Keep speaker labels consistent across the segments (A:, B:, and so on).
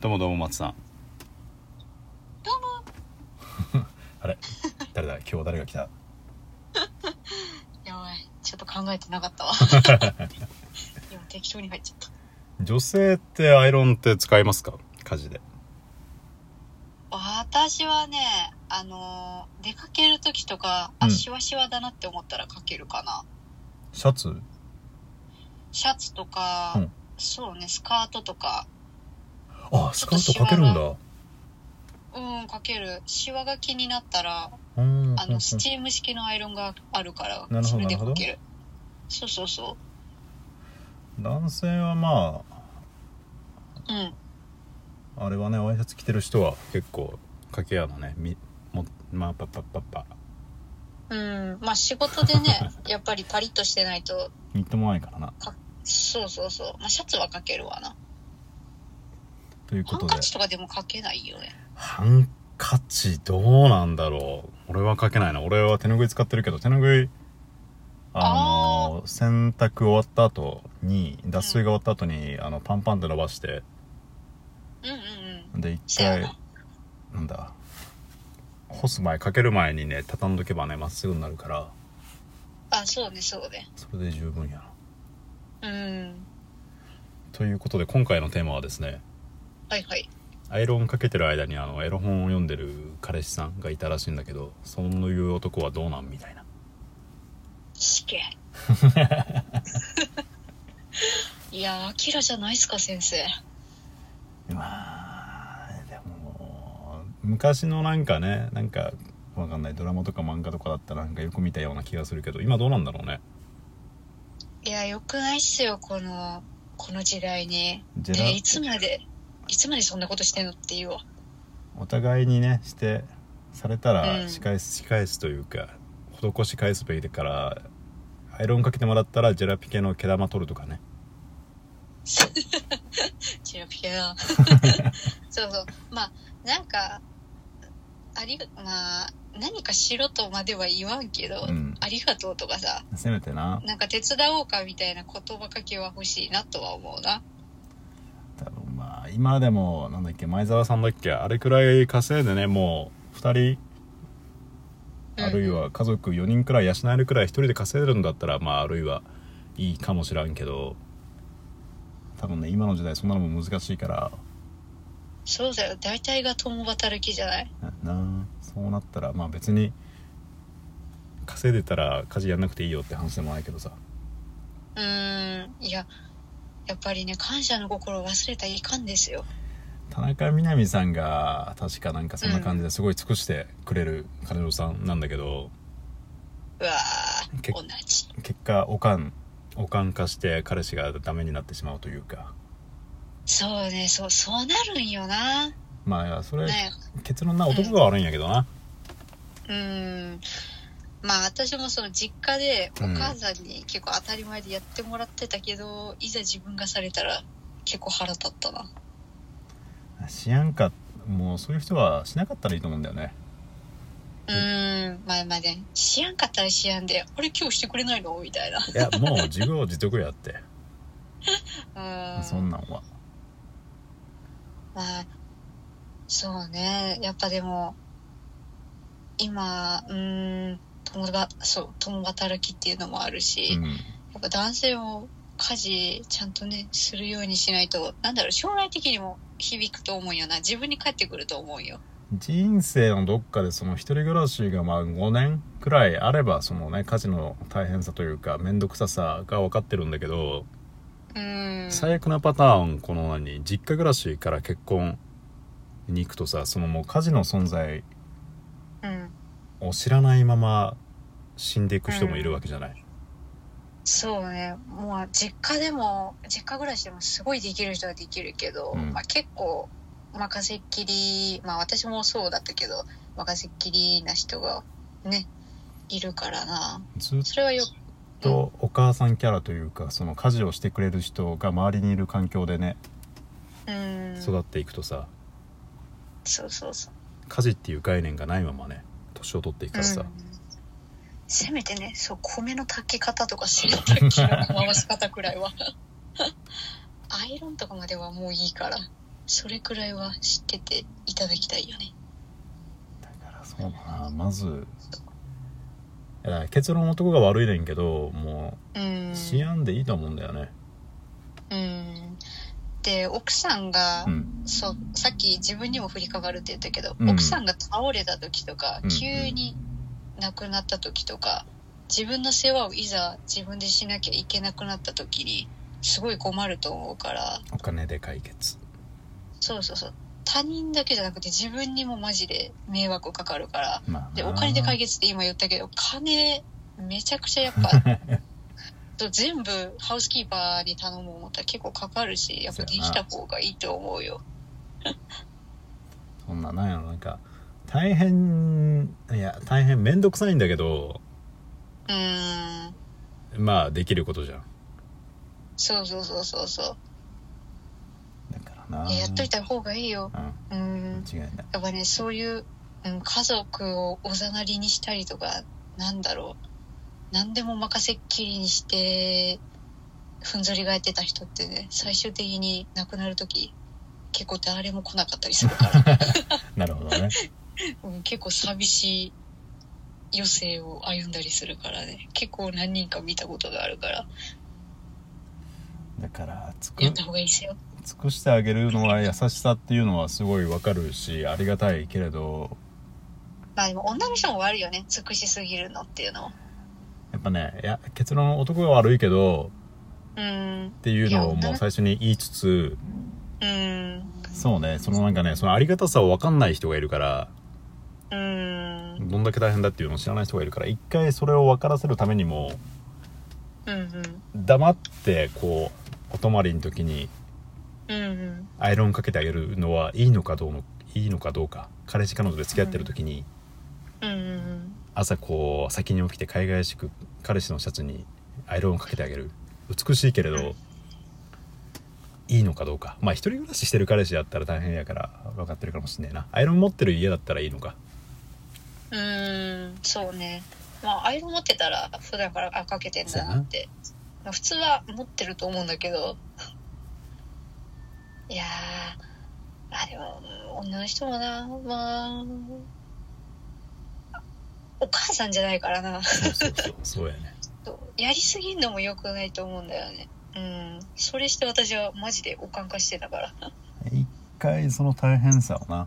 A: どうもどうも松さん
B: どうも
C: あれ誰だ今日誰が来た
B: やばいちょっと考えてなか ったわ今適当に入っちゃった
A: 女性ってアイロンって使いますか家事で
B: 私はねあのー出かける時とか
C: う
B: あ
C: ん
B: シワシワだなって思ったらかけるかな、
C: シャツ
B: シャツとか、
C: うん
B: そうねスカートとか
C: あスカートかけるん
B: シ
C: だ
B: うんかけるシワが気になったら
C: うん
B: あのスチーム式のアイロンがあるか
C: な
B: ら
C: るほ
B: そ
C: ど
B: れで
C: なるほ
B: か
C: ど
B: けるそうそうそ
C: 男性はま
B: ううん
C: ああれはねワイシャツ着てる人は
A: 結構掛け合うのねみもまあパッパッパッパ
B: うん、まあ仕事 でねやっぱりパリッとしてないと
C: みっともないからな
B: そうそうそう、まあ、シャツはかけるわな
C: という
B: ハ
C: こ
B: ン
C: とで
B: カチとかでもかけないよね
A: ハンカチどうなんだろう俺はかけないな俺は手拭い使ってるけど手拭い
C: あの洗濯終わった後に脱水が終わった後にあのパンパンで伸ばして
B: うんうんうん
C: で一
B: そうや
C: 回
B: な
C: なんだ
A: 干す前かける前にね畳んどけばねまっすぐになるから
B: あそうねそうね
C: それで十分やな
B: うん
A: ということで今回のテーマはですね
B: はいはい
A: アイロンかけてる間にあのエロ本を読んでる彼氏さんがいたらしいんだけどそういう男はどうなんみたいな
B: 死 刑いやアキラじゃないっすか先生
C: まあでも昔のなんかねなんかわかんないドラマとか漫画とかだったらなんかよく見たような気がするけど今どうなんだろうね
B: いやよくないっすよこのこの時代に
C: ジェラ
B: でいつまでいつまでそんなことしてんのっていうわ
C: お互いにねしてされた
B: う
C: ら
B: ん
C: 仕返す、仕返すというか施し返すべきだからアイロンかけてもらったらジェラピケの毛玉取るとかね
B: チラピケ なそうそうまあなんかありがまあ何かしろとまでは言わんけど、
C: うん
B: ありがとうとかさ
C: せめてな
B: なんか手伝おうかみたいな言葉かけは欲しいなとは思うな
C: 多分まあ今でもなんだっけ前澤さ
A: さ
C: ん
A: んだっけあれくらい稼いでねもう2人あるいは家族4人くらい養えるくらい1人で稼いでるんだったらまああるいはいいかもしらんけど
C: 多分ね今の時代そんなのも難しいから
B: そうだよ大体が共働きじゃない
C: ななそうなったらまあ別に
A: 稼いでたら家事やんなくていいよって話でもないけどさ
B: うーんいややっぱりね感謝の心を忘れたらいかんですよ
C: 田中みな実さんが確かなんかそんな感じですごい尽くしてくれる彼女さん
A: な
C: なんん
A: だ
C: だけ
A: け
C: ど
A: ど
B: うわー
C: け
B: 同じ
C: 結果おかん
A: おかん化して彼氏がダメになってしまうというか
B: そうねそうそうなるんよな
C: まあそれ
B: ね
C: 結論な
B: うん
C: 男が悪いんやけどな
B: うーんまあ私もその実家でお母さんに結構当たり前でやってもらってたけど、いざ自分がされたら結構腹立ったな
C: しやんかもうそういう人はしなかったらいいと思うんだよね
B: うーんまあまあね知らんかったら知らんで「俺今日してくれないの?」みたいなう
A: いやもう自業自得やって
B: ーん
C: そんなんは
B: まあそうねやっぱでも今うーん共がそう共働きっていうのもあるし、
C: うん
B: やっぱ男性も家事ちゃんとねするようにしないとなんだろう将来的にも響くと思うよな自分に返ってくると思うよ
C: 人生のどっかでその一人暮らしがまあ5年くらいあればそのね家事の大変さというか面倒くささが分かってるんだけど
B: うーん
A: 最悪なパターンこの何実家暮らしから結婚に行くとさそのもう
C: 家事の存在
B: うん
A: を知らないまま死んでいく人もいるわけじゃない、
B: そうねもう実家でも実家暮らしでもすごいできる人はできるけど、
C: うん
B: まあ、結構任せっきりまあ私もそうだったけど任せっきりな人がねいるからな
C: ずっ
B: それはよ
C: とお母さんキャラというかその家事をしてくれる人が周りにいる環境でね
B: うーん
A: 育っていくとさ
B: そうそうそう
A: 家事っていう概念がないままね年を取っていくからさ、
B: せめてねそう米の炊き方とか洗濯 機の回し方くらいはアイロンとかまではもういいからそれくらいは知ってていただきたいよね
C: だからそうだなまずいや結論男が悪いねんけども
B: うん
C: う思案でいいと思うんだよね
B: うんで奥さんが、
C: うん
B: そうさっき自分にも降りかかるって言ったけど、
C: うん
B: 奥さんが倒れた時とか、
C: うん
B: 急に亡くなった時とか自分の世話をいざ自分でしなきゃいけなくなった時にすごい困ると思うから
C: お金で解決
B: そうそうそう他人だけじゃなくて自分にもマジで迷惑かかるから
C: まあ
B: でお金で解
C: 決
B: 決って今言ったけど金めちゃくちゃやっぱそう全部ハウスキーパーに頼もう思ったら結構かかるしやっぱできた方がいいと思うよ。
C: そんななんやろなんか大変いや大変面倒くさいんだけど
B: うーん
C: まあできることじゃん
B: そうそうそうそうそ
C: だからな
B: う。いややっといた方がいいよ。
C: う
B: うんん。
C: 間違いない
B: やっぱね、そういう、うん、家族をおざなりにしたりとか、なんだろう。何でも任せっきりにして、ふんぞり返ってた人ってね、最終的に亡くなるとき、結構誰も来なかったりするから、
C: なるほど ね
B: うん、結構寂しい余生を歩んだりするからね、結構何人か見たことがあるから、
C: だからつく
B: やった方がいいですよ。
C: 尽くしてあげるのは優しさっていうのはすごいわかるしありがたいけれど
B: まあでも女の人も悪いよね、尽くしすぎるのっていうのは。
C: やっぱねいや結論男が悪いけど
B: うん
C: っ。ていうのをもう最初に言いつつ
B: うん。
C: そうねそのなんかねそのありがたさを分かんない人がいるから
B: うーん
C: どんだけ大変だっていうのを知らない人がいるから一回それを分からせるためにも
B: うん
C: 黙ってこうお泊まりの時に
B: うんうんうん
C: アイロンかけてあげるのはいいのかどうのいいのかどうか彼氏彼女で付き合ってる時に
B: うんうん
C: 朝こう先に起きて海外しく彼氏のシャツにアイロンをかけてあげる美しいけれどいいのかどうかまあ一人暮らししてる彼氏だったら大変やから分かってるかもしんねえなアイロン持ってる家だったらいいのか
B: うーんそうねまあアイロン持ってたら普段からあかけてんだなってまあ普通は持ってると思うんだけどいやーあでも女の人もなまあお母さんじゃないからな
C: そうそうそう そうやね
B: やりすぎんのも良くないと思うんだよねうんそれして私はマジでおかん化してたから
C: 一回その大変さをな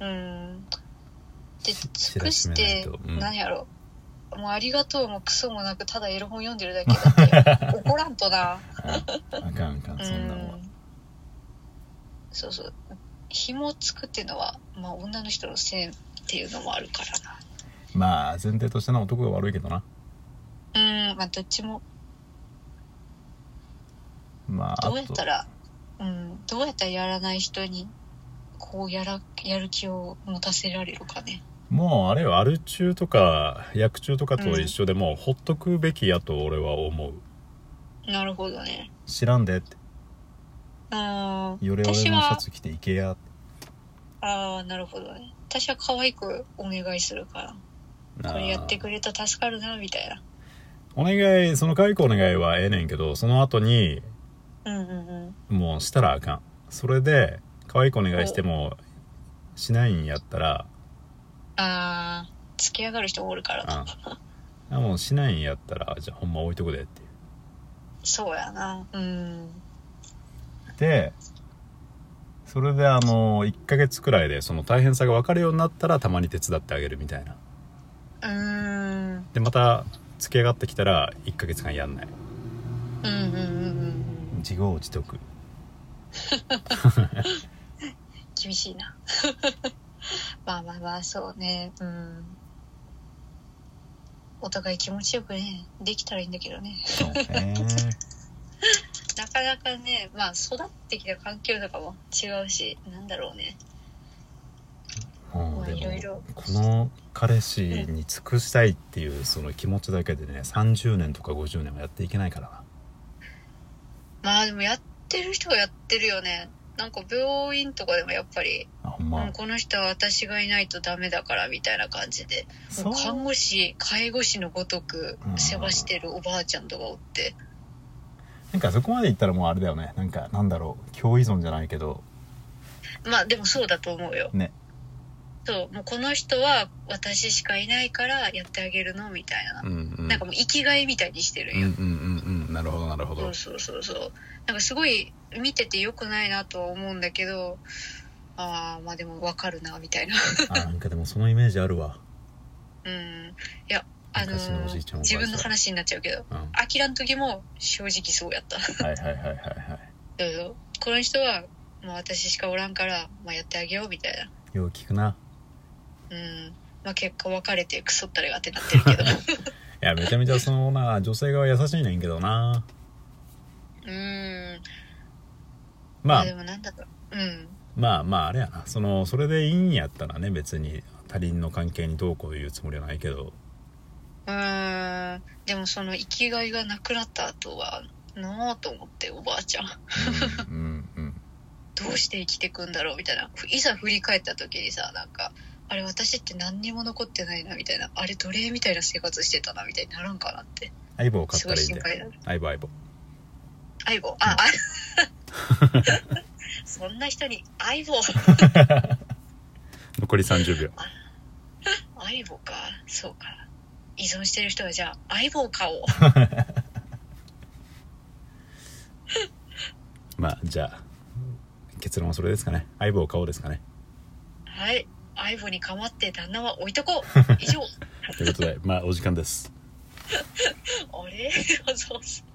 B: うんで
C: し
B: 尽くし
C: 知らしめない
B: て
C: とうん
B: 何やろ、もうありがとうもクソもなくただエロ本読んでるだけだ って怒らんとな
C: ああかんあかん
B: う
C: そんなもんは
B: んそうそう紐をつくっていうのは、まあ、女の人のせいっていうのもあるから
C: まあ前提としてな男が悪いけどな
B: なうんまあどっちも
C: まああ
B: どうやっ
C: と
B: たらうんどうやったらやらない人にこうやらやる気を持たせられるかね
C: もうあれよアル中とか薬中とかと一緒でもうほっとくべきやと俺は思う
B: なるほどね
C: 知らんでって
B: う
C: よ
B: ん
C: れよれのシ
B: 私
C: ャ
B: は
C: ツ着ていけや
B: ああ、なるほどね。私は可愛くお願いするから、これやってくれたら助かるな、みたい
C: お願いその可愛くお願いはええねんけどその後に
B: な。うんうんうん。
C: もうしたらあかんそれで可愛くお願いしてもしないんやったら
B: ああ、付き上がる人もおるからな。
C: うんあもうしないんやったらじゃあほんま置いとくでっていう
B: そうやな。うん。
C: でそれであの1ヶ月くらいでその大変さが分かるようになったらたまに手伝ってあげるみたいな
B: うーん。
C: でまた付き上がってきたら1ヶ月間やんない
B: うんうんうんうん。
C: 自業自得
B: 厳しいな。 まあまあまあ、そうね。うん。お互い気持ちよくね、できたらいいんだけどね。
C: そうね
B: なかなかね、まあ育ってきた環境とかも違うし、なんだろうね。
C: も
B: ま
C: う
B: あいろい
C: でも
B: ろ。
C: この彼氏に尽くしたいっていうその気持ちだけでね30年とか50年はやっていけないからな
B: まあでもやってる人はやってるよね。なんか病院とかでもやっぱり、
C: あほん
B: う
C: ま
B: んこの人は私がいないとダメだからみたいな感じで、
C: そ
B: も
C: う
B: う看護師、介護士のごとく
C: うん
B: 世話してるおばあちゃんとかおって、
C: なんかそこまでいったらもうあれだよねなんかなんだろう強依存じゃないけど
B: まあでもそうだと思うよ
C: ね
B: そうもうこの人は私しかいないからやってあげるのみたいな、
C: うんうん
B: なんかもう生きがいみたいにしてる
C: うんんう
B: よ、
C: んうんうんなるほどなるほど
B: そうそうそうそうなんかすごい見ててよくないなとは思うんだけどああまあでもわかるなみたいな
C: あなんかでもそのイメージあるわ
B: うんいやあの
C: 昔のおじいちゃんおばあち
B: 自
C: ゃん
B: 分の話になっちゃうけど
C: うんは
B: アキラの時も正直そうやった
C: い はいはいはいはい
B: そうそうこの人はもう私しかおらんから、まあ、やってあげようみたいな
C: よう聞くな
B: うんまあ結果別れてクソったれがってなってるけ ど
C: いやめちゃめちゃそのな女性側優しいねんけどな
B: うん
C: まあ
B: でもなんだかうん
C: まあまああれやなそのそれでいいんやったらね別に他人の関係にどうこう言うつもりはないけど
B: うーんでもその生きがいがなくなった後はなあと思っておばあちゃん
C: うんうんうん
B: どうして生きてくんだろうみたいないざ振り返った時にさなんかあれ私って何にも残ってないなみたいなあれ奴隷みたいな生活してたなみたいにならんかなって
C: 相棒を買っ
B: す
C: た
B: ごい
C: らいいん
B: 心
C: だよ
B: 配だな
C: 相棒相棒
B: 相棒 あ、あそんな人に相棒
C: 残り30秒
B: 相棒かそうか依存してる人はじゃあ相棒買おう
C: まあじゃあ結論はそれですかね相棒を買おうですかね
B: はい相棒にかまって旦那は置いと こう以上
C: ということでまあお時間です
B: あれ そうそう